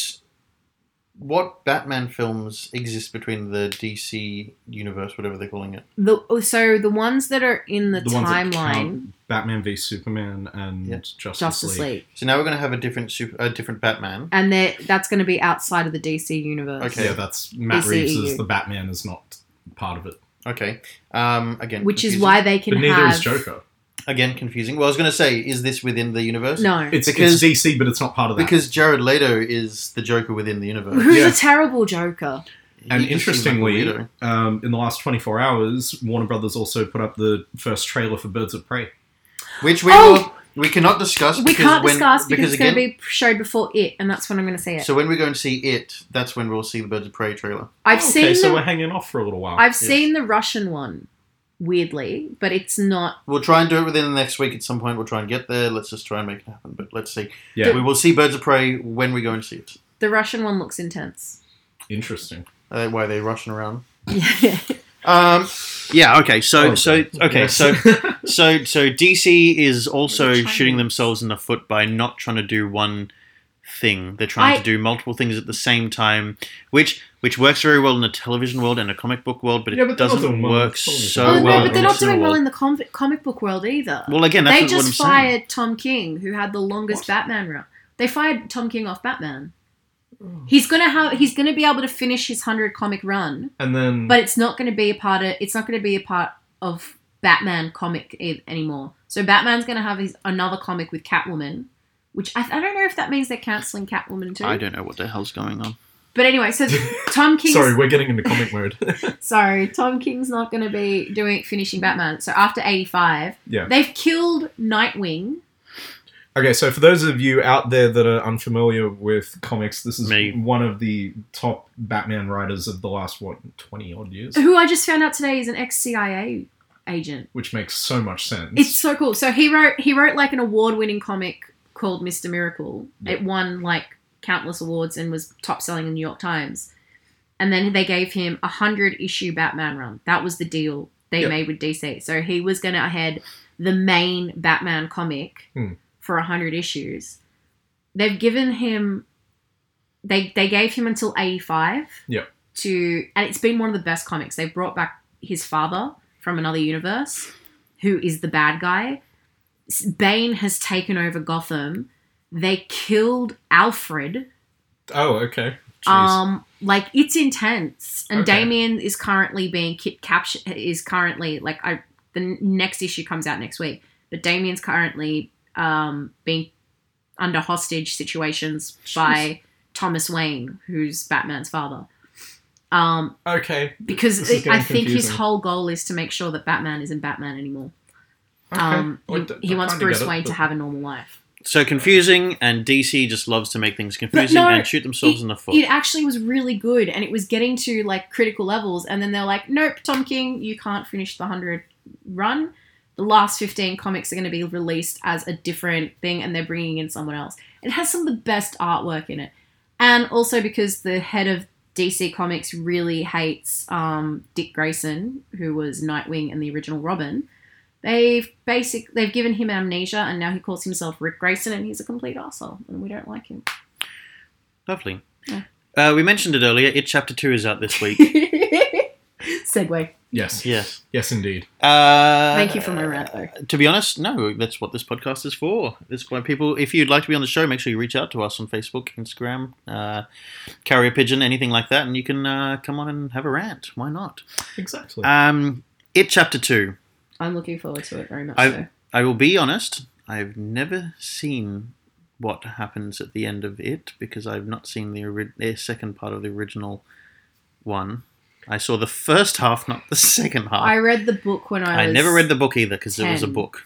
what Batman films exist between the DC universe, whatever they're calling it. The oh, so the ones that are in the, The ones that timeline, count. Batman v Superman and Yeah. Justice, Justice League. League, So now we're going to have a different super, a different Batman. and that that's going to be outside of the DC universe, Okay. Yeah, that's Matt DCEU. Reeves is the Batman is not part of it, Okay. Um, again, which is confusing. why they can but neither have is Joker. again confusing. Well, I was going to say, is this within the universe? no, It's, Because- it's DC, but it's not part of that. Because Jared Leto is the Joker within the universe. who's <laughs> yeah. a terrible Joker. and He just seems like a interestingly, weirdo. um, in the last 24 hours, Warner Brothers also put up the first trailer for Birds of Prey. which we Oh! will, we cannot discuss. We can't when- discuss because, it's again, going to be showed before it, and that's when I'm going to see it. so when we go and see it, that's when we'll see the Birds of Prey trailer. I've okay, seen so we're the, hanging off for a little while. I've Yes. seen the Russian one, weirdly, but it's not. We'll try and do it within the next week at some point. We'll try and get there. Let's just try and make it happen. But let's see. Yeah. we will see Birds of Prey when we go and see it. The Russian one <laughs> looks intense. Interesting. Uh, why are they rushing around? Oh, Yeah, Um, yeah. Okay. So Oh, so okay. Yes. <laughs> So so so DC is also Chinese. shooting themselves in the foot by not trying to do one thing. They're trying I- to do multiple things at the same time, which which works very well in a television world and a comic book world, but it Yeah, but they're not doesn't doing well in work television. so oh, Oh, no, well. but they're in not the doing well world. in the com- comic book world either. Well, again, that's they what I'm just saying. fired Tom King, who had the longest What? Batman run. They fired Tom King off Batman. Oh. He's gonna have. He's gonna be able to finish his hundred comic run, And then but it's not gonna be a part of. It's not gonna be a part of Batman comic e- anymore. So Batman's gonna have his another comic with Catwoman, which I, I don't know if that means they're canceling Catwoman too. I don't know what the hell's going on. But <laughs> anyway, so Tom King's Sorry, we're getting into comic mode. Sorry, Tom King's not going to be doing finishing Batman. So after 85, Yeah. they've killed Nightwing. okay, so for those of you out there that are unfamiliar with comics, this is Me. one of the top Batman writers of the last what twenty odd years, who I just found out today is an ex CIA agent. which makes so much sense. It's so cool. So he wrote he wrote like an award winning comic called Mister Miracle. Yeah. It won like countless awards and was top selling in the New York Times. And then they gave him a hundred issue Batman run. That was the deal they Yep. made with DC. So he was going to head the main Batman comic Hmm. for a hundred issues. They've given him they they gave him until eighty five. Yep. To and it's been one of the best comics. They've brought back his father from another universe who is the bad guy. S- Bane has taken over Gotham. They killed Alfred. oh, okay. Jeez. Um, like it's intense, and Okay. Damien is currently being ki- captured. Is currently like I the n- next issue comes out next week, but Damien's currently um being under hostage situations by Thomas Wayne, who's Batman's father. Um, okay. because This is it- I getting think his confusing. whole goal is to make sure that Batman isn't Batman anymore. Okay. Um, Well, I he, d- he I wants kinda Bruce get it, Wayne to but- have a normal life. So confusing, and DC just loves to make things confusing no, and shoot themselves in the foot. It actually was really good, and it was getting to like critical levels. And then they're like, "Nope, Tom King, you can't finish the hundred run. The last fifteen comics are going to be released as a different thing, and they're bringing in someone else. It has some of the best artwork in it, and also because the head of DC Comics really hates um, Dick Grayson, who was Nightwing and the original Robin. They've basic they've given him amnesia and now he calls himself Rick Grayson and he's a complete asshole and we don't like him. Lovely. Yeah. Uh, we mentioned it earlier. It Chapter 2 is out this week. segue. Yes. Yes. Yes, indeed. Uh, <laughs> Thank you for my rant, though. To be honest, no, that's what this podcast is for. This why people, if you'd like to be on the show, make sure you reach out to us on Facebook, Instagram, uh, Carrier Pigeon, anything like that, and you can uh, come on and have a rant. Why not? Exactly. Um, it Chapter 2. I'm looking forward to it very much. I- so. I will be honest, I've never seen what happens at the end of it because I've not seen the, ori- the second part of the original one. I saw the first half, not the <laughs> second half. I I, read the book when I was. never read the book either because it was a 10. book.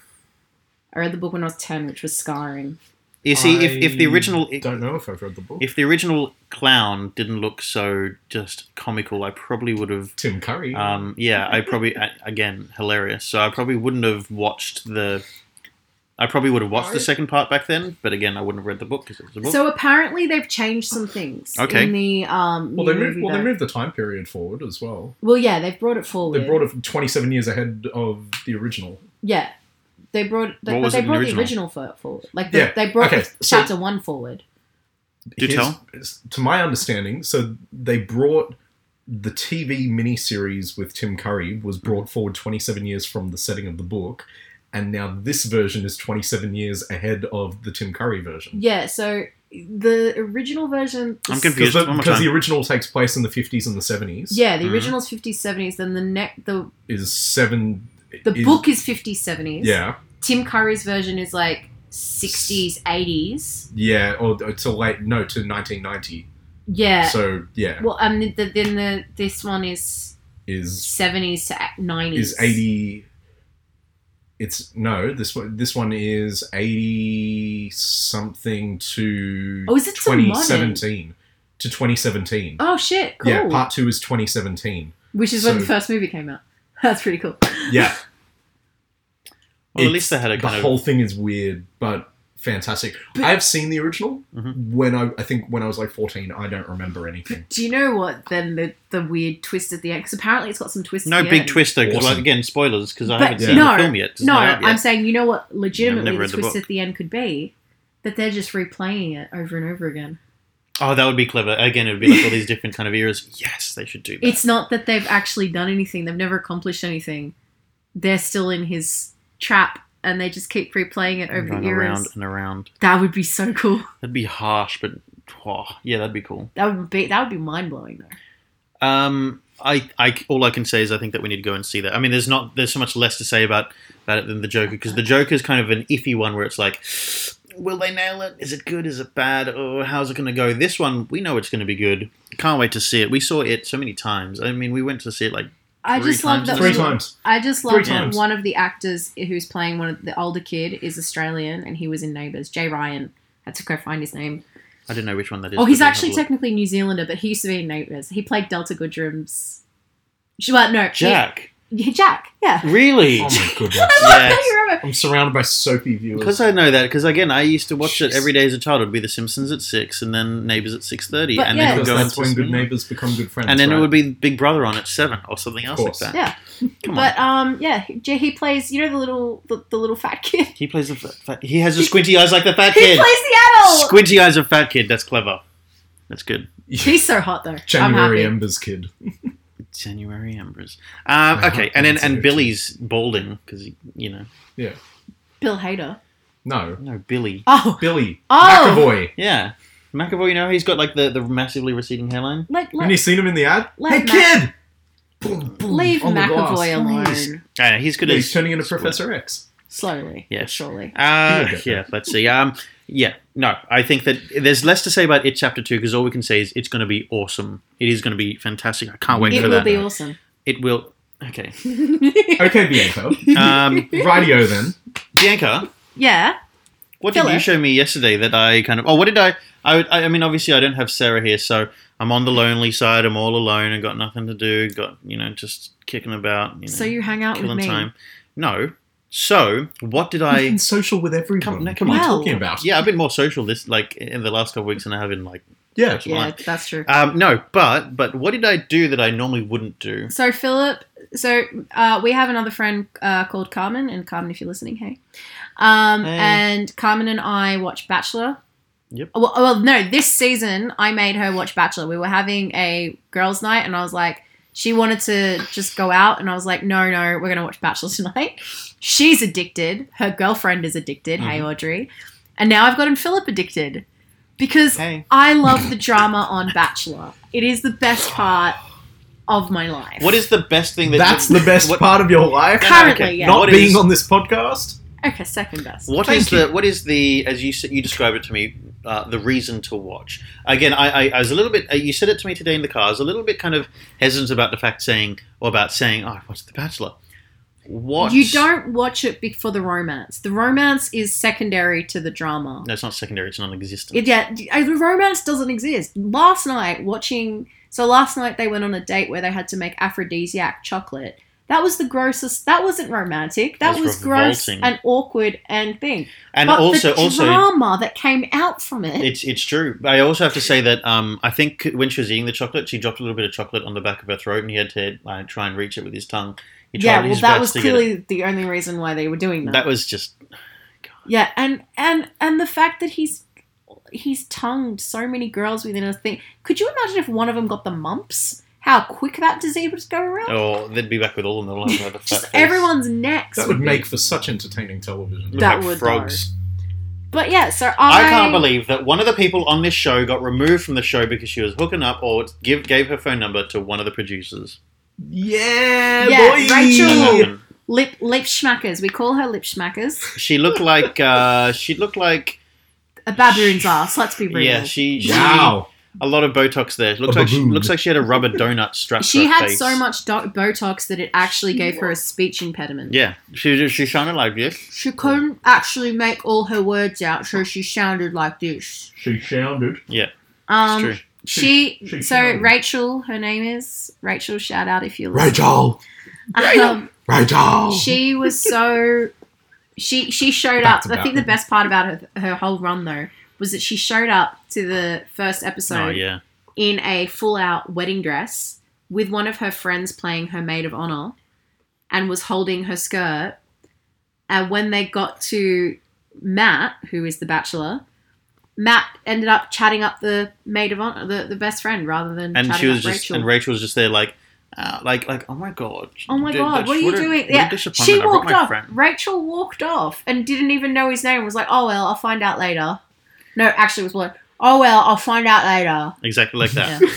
I read the book when I was ten, which was scarring. You see, if, if the original I don't know if I've read the book. if the original clown didn't look so just comical, I probably would have. Tim Curry. Um, yeah, I probably a- again hilarious. So I probably wouldn't have watched the. I probably would have watched the Right. second part back then, but again, I wouldn't have read the book because it was a book. So apparently they've changed some things Okay. in the um. well, they new moved. movie Well, they that- moved the time period forward as well. Well, yeah, they've brought it forward. They brought it 27 years ahead of the original. Yeah, they brought. They, What but was they it in the brought original? the original for, forward. Like the, Yeah, they brought okay, the so- chapter one forward. Do Here's- tell. it's- To my understanding, so they brought the TV miniseries with Tim Curry was brought forward 27 years from the setting of the book, and now this version is 27 years ahead of the Tim Curry version. Yeah, so the original version. I'm the confused. One more Because the time. original takes place in the 50s and the 70s. Yeah, the Mhm. original's 50s, 70s. Then the neck, the Is seven. the is- book is 50s, 70s. Yeah. Tim Curry's version is like 60s, 80s. Yeah. Or, or to late. No, to 1990. Uh, Yeah. So, yeah. well, um, the, the, then the this one is Is 70s to 90s. is 80 it's no this one this one is 80 something to Oh, is it so modern? 2017 to 2017 Oh shit! Cool. yeah part 2 is 2017 Which is when so- the first movie came out. <laughs> That's pretty cool. yeah <laughs> Well, at it's- least they had a the kind whole of. thing is weird but fantastic But- i've seen the original Mhm. when i i think when i was like 14 i don't remember anything Do you know what? Then the the weird twist at the end. Because apparently it's got some twists. No at the big end. twist though, because Awesome. like, again, spoilers because I But haven't seen no, the film yet. It's No, not out yet. I'm saying you know what legitimately never the read the twist book. at the end could be that they're just replaying it over and over again. Oh, that would be clever. Again, it would be like all these different kind of eras. Yes, they should do that. It's not that they've actually done anything, they've never accomplished anything. They're still in his trap and they just keep replaying it over Going the eras. around and around. That would be so cool. That'd be harsh, but oh, yeah, that'd be cool. That would be that would be mind blowing though. Um, I, I, all I can say is I think that we need to go and see that. I mean, there's not, there's so much less to say about about it than the Joker because the Joker is kind of an iffy one where it's like, will they nail it? Is it good? Is it bad? Or how's it going to go? This one, we know it's going to be good. Can't wait to see it. We saw it so many times. I mean, we went to see it like I Three just love times that in a three we- row. <laughs> times I just Three love that times. one of the actors who's playing one of the older kid is Australian and he was in Neighbours. Jay Ryan. I had to go find his name. I don't know which one that is. Oh, but he's we'll have actually a look. technically New Zealander, but he used to be in Neighbours. He played Delta Goodrum's. Well, no, he- Jack. Yeah, Jack. <laughs> Yeah. Really? oh my goodness yes. i'm surrounded by soapy viewers Because I know that. Because again, I used to watch it Jeez. every day as a child. It'd be The Simpsons at six, and then Neighbours at six thirty, But and yeah. then we'd Because go that's into when good cinema. neighbors become good friends and then right? it would be Big Brother on at seven or something else like course. that. Yeah. Come on. But um, yeah, he- Jay- he plays. You know the little the, the little fat kid. <laughs> He plays the fat, fat, he has the squinty eyes like the fat He kid. plays the adult. Squinty eyes of fat kid. That's clever. That's good. He's so hot though. January I'm happy. Embers kid. January Embers. Um, I okay, hope and then that's and it. Billy's balding because you know Bill Hader. No, no Billy. Oh, Billy Oh! McAvoy. Yeah, McAvoy. You know he's got like the the massively receding hairline. like Haven't you like seen him in the ad? Let hey, Mac- kid! Boom, boom, leave on the McAvoy alone. glass. Please. I know, he's good Yeah, as he's turning into Squid. Professor X. Slowly. Yes. Surely. Uh, You'll get yeah, let's see. Um, yeah, no, I think that there's less to say about it chapter two because all we can say is it's going to be awesome. It is going to be fantastic. I can't wait It for will that. be awesome. <laughs> it will. Okay, Okay, Bianca. um, Rightio then. Bianca, yeah. what did Hello. you show me yesterday that I kind of? Oh, what did I? I, would- I I mean, obviously, I don't have Sarah here, so I'm on the lonely side. I'm all alone and got nothing to do. Got you know, just kicking about. You know, So you hang out with killing me. time. No. So what did I've I? been social with everyone. Come- no, What come are on. you Well. talking <laughs> about? yeah, I've been more social this like in the last couple of weeks than I have in like Yeah. Yeah, that's true. Um, no, but but what did I do that I normally wouldn't do? So Philip, so uh, we have another friend uh, called Carmen, and Carmen, if you're listening, hey. Um, Hey. And Carmen and I watch Bachelor. Yep. Well, well, no, this season I made her watch Bachelor. We were having a girls' night, and I was like, She wanted to just go out, and I was like, no, no, we're going to watch Bachelor <laughs> tonight. She's addicted. Her girlfriend is addicted. Hey, Mm-hmm. Audrey. And now I've gotten Philip addicted because Hey. I love the drama on Bachelor. It is the best part of my life. What is the best thing that That's the <laughs> best what- part of your life. Currently, okay. yeah. Not What being is- on this podcast. Okay, second best. What Thank is the what is the as you s- you describe it to me uh, the reason to watch again? I, I, I was a little bit uh, you said it to me today in the car. I was a little bit kind of hesitant about the fact saying or about saying oh I watched The Bachelor. What You don't watch it be- for the romance. The romance is secondary to the drama. No, it's not secondary. It's non-existent. It, yeah, I- the romance doesn't exist. Last night, watching. So last night they went on a date where they had to make aphrodisiac chocolate. That was the grossest. That wasn't romantic. That That's was gross revolting. and awkward and thing. and but also the also drama that came out from it. it's it's true. But I also have to say that um, I think when she was eating the chocolate, she dropped a little bit of chocolate on the back of her throat, and he had to uh, try and reach it with his tongue. He tried yeah, well, his that best was to get it. clearly the only reason why they were doing that. That was just Yeah, and and and the fact that he's he's tongued so many girls within a thing. Could you imagine if one of them got the mumps? How quick that disease would go around. oh they'd be back with all of them. They'll have another fat Just face. everyone's necks. That would be- make for such entertaining television. Look that like would, though. frogs. But yeah, so I, I can't believe that one of the people on this show got removed from the show because she was hooking up or give, gave her phone number to one of the producers. Yeah, Yeah, boy. That Rachel. happened. lip lip schmackers. We call her lip schmackers. She looked like uh, she looked like A baboon's ass. Let's be real. yeah she, she Wow. a lot of Botox there. Looks A like she, baboon. looks like she had a rubber donut strapped. she to her had face. so much do- Botox that it actually gave her a speech impediment. Yeah, she was- she sounded like this. She couldn't actually make all her words out, so she sounded like this. She sounded. It's Um, true. Oh, She, She- she so can- Rachel, her name is Rachel. Shout out if you Rachel. Um, Rachel. she was so she she showed Back up. to I think back. the best part about her her whole run though was that she showed up to the first episode Oh yeah, in a full out wedding dress with one of her friends playing her maid of honor and was holding her skirt. And when they got to Matt, who is the bachelor, Matt ended up chatting up the maid of honor, the, the best friend, rather than and chatting she was up just Rachel. and Rachel was just there like. Uh, like, like, oh my god! Oh my Dude, god, that's- what are you a- doing? what a Yeah, disappointment. she I brought walked my off. friend. Rachel walked off and didn't even know his name. Was like, oh well, I'll find out later. No, actually, it was like, oh well, I'll find out later. Exactly like that. Yeah.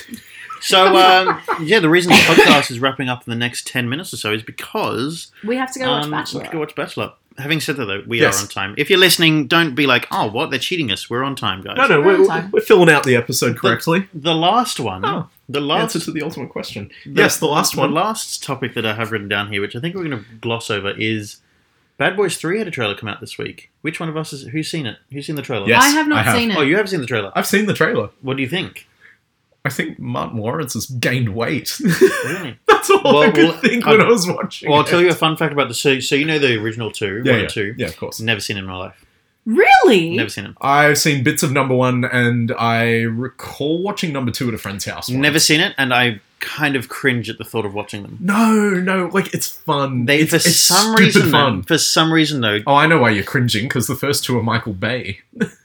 So um, yeah, the reason the podcast is wrapping up in the next ten minutes or so is because We have to go um, watch we have to go Bachelor. watch Bachelor. Having said that, though, we Yes. are on time. If you're listening, don't be like, "Oh, what? They're cheating us. We're on time, guys." no, no, We're on we're, time. we're filling out the episode correctly. The last one, Oh, the last, Answer to the ultimate question. the- yes, the last one. the last topic that I have written down here, which I think we're going to gloss over, is Bad Boys Three had a trailer come out this week. Which one of us is who's seen it? Who's seen the trailer? Yes, I have not I have. seen it. Oh, you have seen the trailer. I've seen the trailer. What do you think? I think Martin Lawrence has gained weight. <laughs> Really? That's all I Well, could well, think I'll- when I was watching. well, I'll it. tell you a fun fact about the so so you know the original two, Yeah, one yeah, and two. yeah, of course. Never seen it in my life. Really? Never seen it. I've seen bits of number one, and I recall watching number two at a friend's house. once. Never seen it, and I kind of cringe at the thought of watching them. No, no, like it's fun. They it's, for it's some stupid reason fun. Though, for some reason though, Oh, I know why you're cringing because the first two are Michael Bay.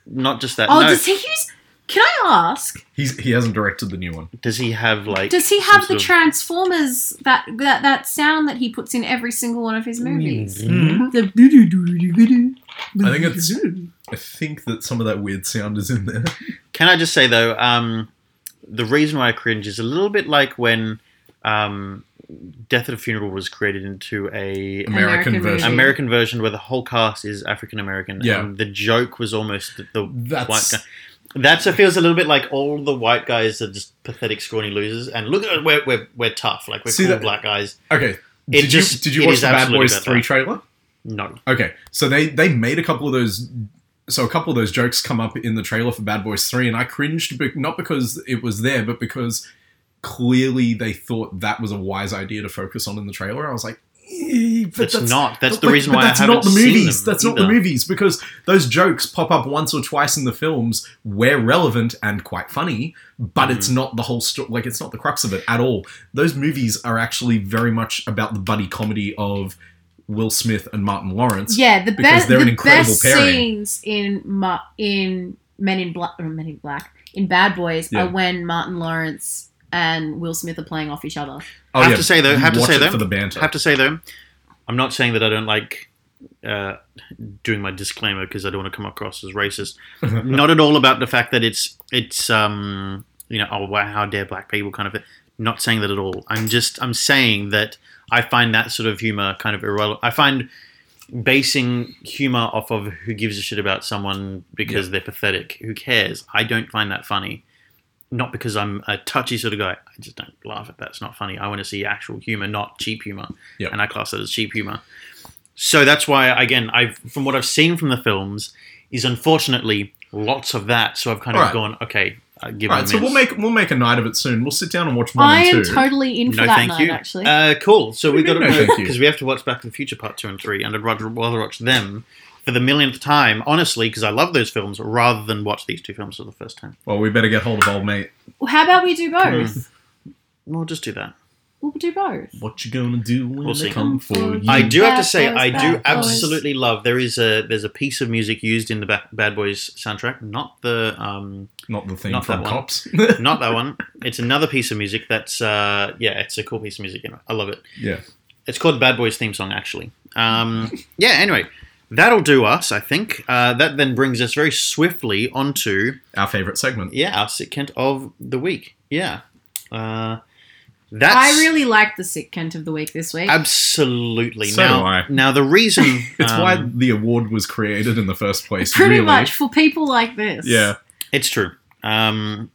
not just that. Oh, no, does he use? Can I ask? He's he hasn't directed the new one. does he have like? Does he some have the sort of- Transformers that that that sound that he puts in every single one of his movies? Mm-hmm. The- Mm-hmm. I think it's. I think that some of that weird sound is in there. Can I just say though, um, the reason why I cringe is a little bit like when um, Death at a Funeral was created into a American American, version. version. Ameri- American version where the whole cast is African American. Yeah. and the joke was almost the, the white That's guy. That's it feels a little bit like all the white guys are just pathetic, scrawny losers, and look at we're we're, we're tough, like we're See cool that- black guys. okay. It did you just- did you it watch is the Bad absolutely Boys about Three that. trailer? No, Okay, so they they made a couple of those. So a couple of those jokes come up in the trailer for Bad Boys Three, and I cringed, be- not because it was there, but because clearly they thought that was a wise idea to focus on in the trailer. I was like, "Eh, but that's, not. That's the but- reason but why that's I haven't not the seen movies. them that's not the either. movies because those jokes pop up once or twice in the films. Where relevant and quite funny, but it's Mm-hmm. not the whole story. Like it's not the crux of it at all. Those movies are actually very much about the buddy comedy of Will Smith and Martin Lawrence. Yeah, the Because best they're an the incredible best pairing. scenes in Ma- in Men in Black or Men in Black in Bad Boys Yeah. are when Martin Lawrence and Will Smith are playing off each other. Oh, have yeah, to say though, have to watch say it though, for the banter. have to say though, I'm not saying that I don't like uh, doing my disclaimer because I don't want to come across as racist. <laughs> <laughs> not at all about the fact that it's it's um you know oh wow how dare black people kind of thing. Not saying that at all. I'm just I'm saying that I find that sort of humor kind of irrelevant. I find basing humor off of who gives a shit about someone because they're pathetic. Who cares? I don't find that funny. Not because I'm a touchy sort of guy. I just don't laugh at that. It's not funny. I want to see actual humor, not cheap humor. Yep. And I class that as cheap humor. So that's why, again, I've from what I've seen from the films, is unfortunately lots of that. So I've kind of Alright. gone, okay, uh, give All it a right, so miss. we'll make we'll make a night of it soon. We'll sit down and watch one I and am two. totally in for no, that thank night, you. actually. Uh, cool. So we've do got you to mean, no, know thank you? because we have to watch Back to the Future Part Two and Three, and I'd rather, rather watch them for the millionth time, honestly, because I love those films, rather than watch these two films for the first time. well, we better get hold of old mate. well, how about we do Hmm. both? We'll just do that. We'll do both. What you gonna do when We'll they see. come for you? I do have to Bad say, Boys, I do Bad Boys. absolutely love. There is a there's a piece of music used in the ba- Bad Boys soundtrack, not the um, Not the thing Not from that one. <laughs> Cops. <laughs> not that one. It's another piece of music that's uh, yeah, it's a cool piece of music. Anyway. I love it. yeah. It's called Bad Boys theme song, actually. <laughs> Um, yeah. Anyway, that'll do us. I think uh, that then brings us very swiftly onto Our favorite segment. yeah our sitkent of the week. Yeah. Uh, that's I really liked the sick Kent of the week this week. absolutely So now. do I. Now the <laughs> reason It's why um, the award was created in the first place. Pretty really. much for people like this. Yeah. It's true. Um,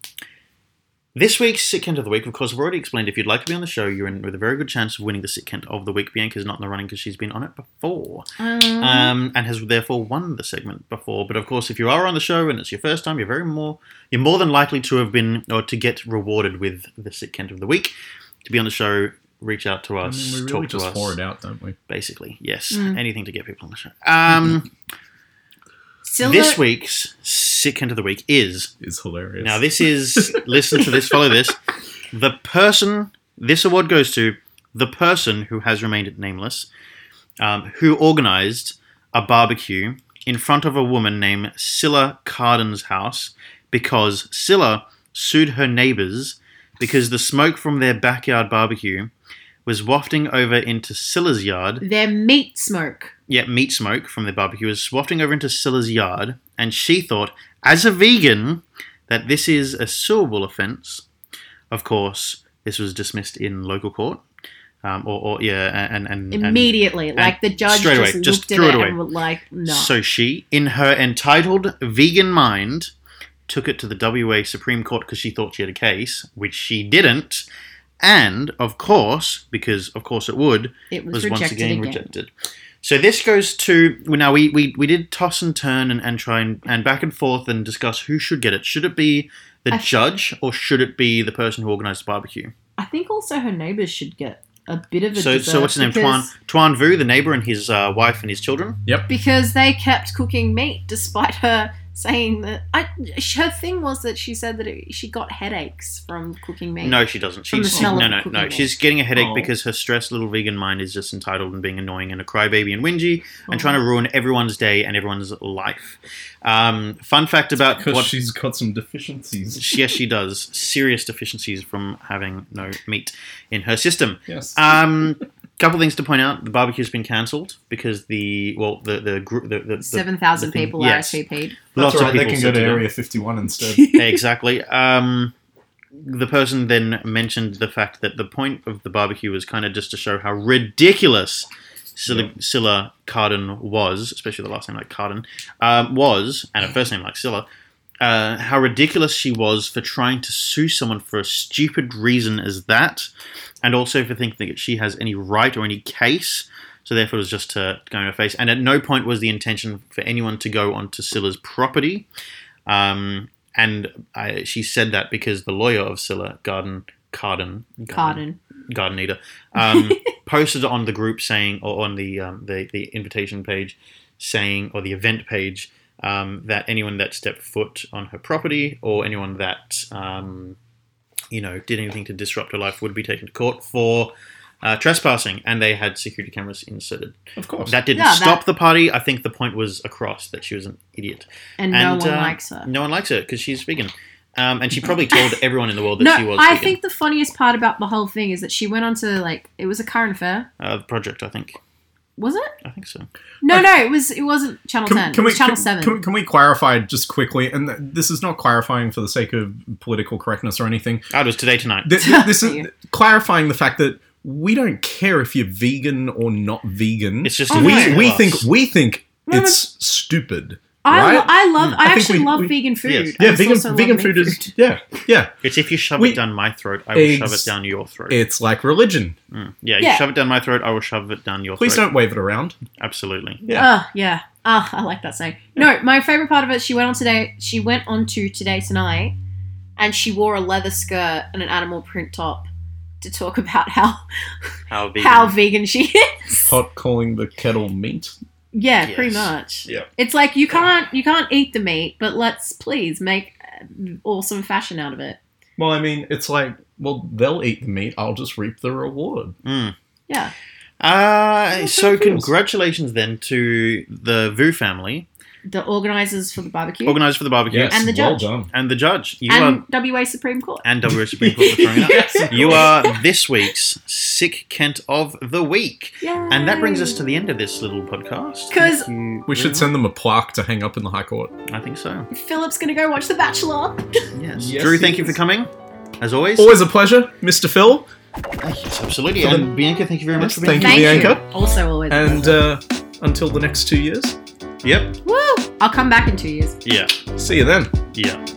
this week's Sick Kent of the Week, of course, I've already explained. If you'd like to be on the show, you're in with a very good chance of winning the Sick Kent of the Week. Bianca's not in the running because she's been on it before Um, um, and has therefore won the segment before. But of course, if you are on the show and it's your first time, you're very more you're more than likely to have been or to get rewarded with the Sick Kent of the Week. To be on the show, reach out to I us, mean, we talk really to just us, pour it out, don't we? basically. Yes, Mm. anything to get people on the show. Um, Silver, this week's Sick Kent of the Week is It's hilarious. Now, this is listen to this, follow this. The person this award goes to the person who has remained nameless, um, who organised a barbecue in front of a woman named Scylla Carden's house because Scylla sued her neighbours because the smoke from their backyard barbecue was wafting over into Scylla's yard their meat smoke. yeah, meat smoke from the barbecue is wafting over into Scylla's yard, and she thought, as a vegan, that this is a suable offence. Of course, this was dismissed in local court, um, or, or yeah, and and, and Immediately, like the judge straight away, just, just looked at threw it it, away. and were like, "No." So she, in her entitled vegan mind, took it to the WA Supreme Court because she thought she had a case, which she didn't, and of course, because of course it would, it was, was rejected once again, again. rejected. So this goes to well, now we, we we did toss and turn and, and try and, and back and forth and discuss who should get it. Should it be the I- judge or should it be the person who organised the barbecue? I think also her neighbors should get a bit of a So dessert so what's his name? Tuan because, Tuan Vu, the neighbour and his uh, wife and his children. because they kept cooking meat despite her saying that. I, her thing was that she said that it, she got headaches from cooking meat. No, she doesn't. From the She's smell no of no cooking no. oil. She's getting a headache Oh. because her stressed little vegan mind is just entitled and being annoying and a crybaby and whingy Oh. and trying to ruin everyone's day and everyone's life. Um, fun fact about Because what she's got some deficiencies. yes, she does. Serious deficiencies from having no meat in her system. Yes. Um, couple things to point out: the barbecue's been cancelled because the well, the the group, the, the, the Seven thousand the thing- people yes. RSVP'd. lots of people They can go said to to them- Area 51 instead. <laughs> exactly. Um, the person then mentioned the fact that the point of the barbecue was kind of just to show how ridiculous Scylla, Yeah. Scylla Carden was, especially the last name like Carden, um, was, and her first name like Scylla, uh, how ridiculous she was for trying to sue someone for a stupid reason as that, and also for thinking that she has any right or any case. So therefore, it was just to go in her face, and at no point was the intention for anyone to go onto Scylla's property. Um, and I, she said that because the lawyer of Scylla, Garden Carden, Carden. Garden <laughs> Eater, um, posted on the group saying, or on the um, the, the invitation page, saying, or the event page, um, that anyone that stepped foot on her property or anyone that um, you know did anything to disrupt her life would be taken to court for. Uh, trespassing, and they had security cameras inserted. Of course. That didn't Yeah, stop that- the party. I think the point was across that she was an idiot And, And, no one uh, likes her. no one likes her because she's vegan. Um, and she probably <laughs> told everyone in the world that she No, was I vegan. think the funniest part about the whole thing is that she went on to like it was a current affair, uh, project, I think. was it? I think so. No, no, it was. It wasn't Channel Ten. it was Channel can, Seven. Can, can we clarify just quickly? And th- this is not clarifying for the sake of political correctness <laughs> or anything. Oh, it was today tonight. Th- th- this Yeah. is clarifying the fact that we don't care if you're vegan or not vegan. It's just Oh, annoying we to we us. think we think No, it's stupid. I, lo- right? I love. I I, think actually we- love we- vegan food. yes. I Yeah, just vegan also love vegan meat food is yeah yeah. it's if you shove We- it down my throat, I will shove Ex- it down your throat. It's like religion. Mm. Yeah, Yeah. you shove it down my throat, I will shove it down your Please throat. don't wave it around. Absolutely. Yeah. Ugh, yeah. Ah, I like that saying. No, my favorite part of it, she went on today. She went on to today tonight, and she wore a leather skirt and an animal print top to talk about how How vegan. how vegan she is. Pot calling the kettle meat. Yeah, Yes. pretty much. Yeah. It's like you can't you can't eat the meat, but let's please make uh, awesome fashion out of it. Well, I mean, it's like well, they'll eat the meat. I'll just reap the reward. Mm. Yeah. Uh, Well, so thank you. congratulations then to the Vu family, The organizers for the barbecue organised for the barbecue, Yes, And the well judge. done. and the judge. You and are WA Supreme Court. and WA <laughs> Supreme Court for throwing it up. Yes, <laughs> of You course. are this week's sick Kent of the week, Yeah. and that brings us to the end of this little podcast. 'Cause- Thank you We very should send them a plaque to hang up in the High Court. much. I think so. Philip's gonna go watch The Bachelor. Yes. Yes, Drew, he thank you is. for coming. As always. Always a pleasure, Mr. Phil. Yes, absolutely. For the- And Bianca, thank you very much Yes, for being Thank here. Thank you, Bianca. you. Also always. And uh, until the next two years, Yep. Woo! I'll come back in two years. Yeah. see you then. Yeah.